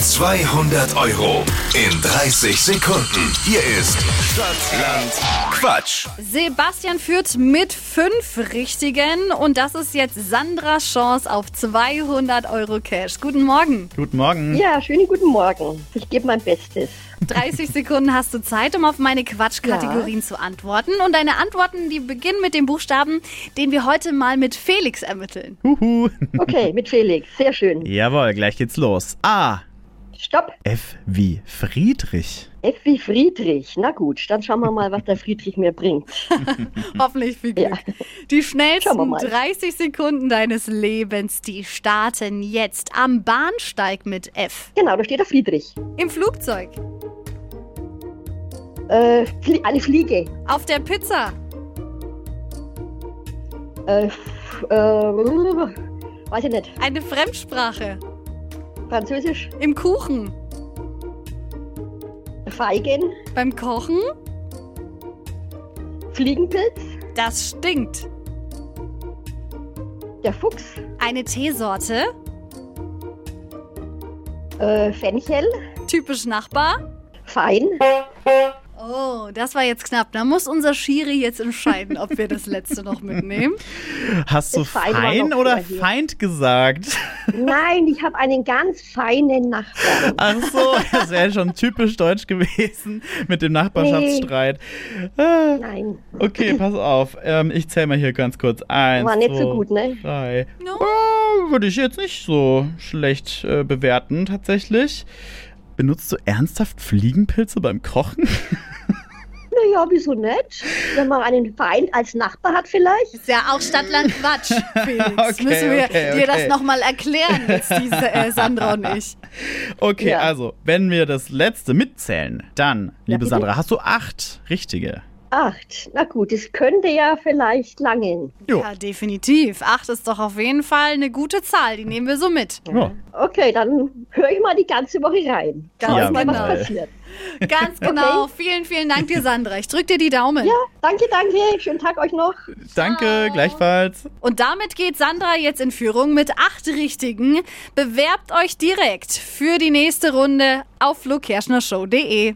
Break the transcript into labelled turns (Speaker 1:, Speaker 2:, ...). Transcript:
Speaker 1: 200 Euro in 30 Sekunden. Hier ist Stadtland Quatsch.
Speaker 2: Sebastian führt mit fünf Richtigen und das ist jetzt Sandras Chance auf 200 Euro Cash. Guten Morgen.
Speaker 3: Guten Morgen.
Speaker 4: Ja, schönen guten Morgen. Ich gebe mein Bestes.
Speaker 2: 30 Sekunden hast du Zeit, um auf meine Quatschkategorien zu antworten. Und deine Antworten, die beginnen mit dem Buchstaben, den wir heute mal mit Felix ermitteln.
Speaker 3: Huhu.
Speaker 4: Okay, mit Felix. Sehr schön.
Speaker 3: Jawohl, gleich geht's los. A.
Speaker 4: Stopp.
Speaker 3: F wie Friedrich.
Speaker 4: F wie Friedrich. Na gut, dann schauen wir mal, was der Friedrich mir bringt.
Speaker 2: Hoffentlich viel Glück.
Speaker 4: Ja.
Speaker 2: Die
Speaker 4: Schauen wir
Speaker 2: schnellsten
Speaker 4: mal.
Speaker 2: 30 Sekunden deines Lebens, die starten jetzt am Bahnsteig mit F.
Speaker 4: Genau, da steht der Friedrich.
Speaker 2: Im Flugzeug,
Speaker 4: Äh, Flie eine Fliege.
Speaker 2: auf der Pizza,
Speaker 4: Äh, f- äh, weiß ich nicht.
Speaker 2: eine Fremdsprache,
Speaker 4: Französisch.
Speaker 2: im Kuchen,
Speaker 4: Feigen.
Speaker 2: beim Kochen,
Speaker 4: Fliegenpilz.
Speaker 2: das stinkt.
Speaker 4: Der Fuchs.
Speaker 2: Eine Teesorte,
Speaker 4: Äh, Fenchel.
Speaker 2: typisch Nachbar.
Speaker 4: Fein.
Speaker 2: Oh, das war jetzt knapp. Da muss unser Schiri jetzt entscheiden, ob wir das letzte noch mitnehmen.
Speaker 3: Hast du
Speaker 4: Das Fein war
Speaker 3: Fein
Speaker 4: noch
Speaker 3: oder
Speaker 4: vorher.
Speaker 3: Feind gesagt?
Speaker 4: Nein, ich habe einen ganz feinen Nachbarn.
Speaker 3: Ach so, das wäre schon typisch deutsch gewesen mit dem Nachbarschaftsstreit. Ah,
Speaker 4: Nein,
Speaker 3: Okay, pass auf. Ähm, ich zähle mal hier ganz kurz. Eins,
Speaker 4: War nicht
Speaker 3: zwei,
Speaker 4: so gut, ne?
Speaker 3: drei.
Speaker 2: No.
Speaker 3: Ah, Würde ich jetzt nicht so schlecht äh, bewerten, tatsächlich. Benutzt du ernsthaft Fliegenpilze beim Kochen?
Speaker 4: naja, wieso nicht? Wenn man einen Feind als Nachbar hat vielleicht.
Speaker 2: Ist ja auch Stadtland Quatsch, Felix.
Speaker 3: Okay,
Speaker 2: Müssen wir
Speaker 3: okay,
Speaker 2: dir
Speaker 3: okay.
Speaker 2: das nochmal erklären, jetzt diese äh, Sandra und ich.
Speaker 3: Okay,
Speaker 4: Ja.
Speaker 3: also, wenn wir das letzte mitzählen, dann, liebe
Speaker 4: bitte?
Speaker 3: Sandra, hast du acht richtige.
Speaker 4: Acht. Na gut, es könnte ja vielleicht langen.
Speaker 3: Jo.
Speaker 2: Ja, definitiv. Acht ist doch auf jeden Fall eine gute Zahl. Die nehmen wir so mit.
Speaker 3: Ja.
Speaker 4: Okay, dann höre ich mal die ganze Woche rein. Schau ich mal,
Speaker 2: genau.
Speaker 4: was passiert.
Speaker 2: Ganz genau. Vielen, vielen Dank dir, Sandra. Ich drück dir die Daumen.
Speaker 4: Ja, danke, danke. Schönen Tag euch noch.
Speaker 3: Danke, gleichfalls.
Speaker 2: Und damit geht Sandra jetzt in Führung mit acht Richtigen. Bewerbt euch direkt für die nächste Runde auf flokerschnershow.de.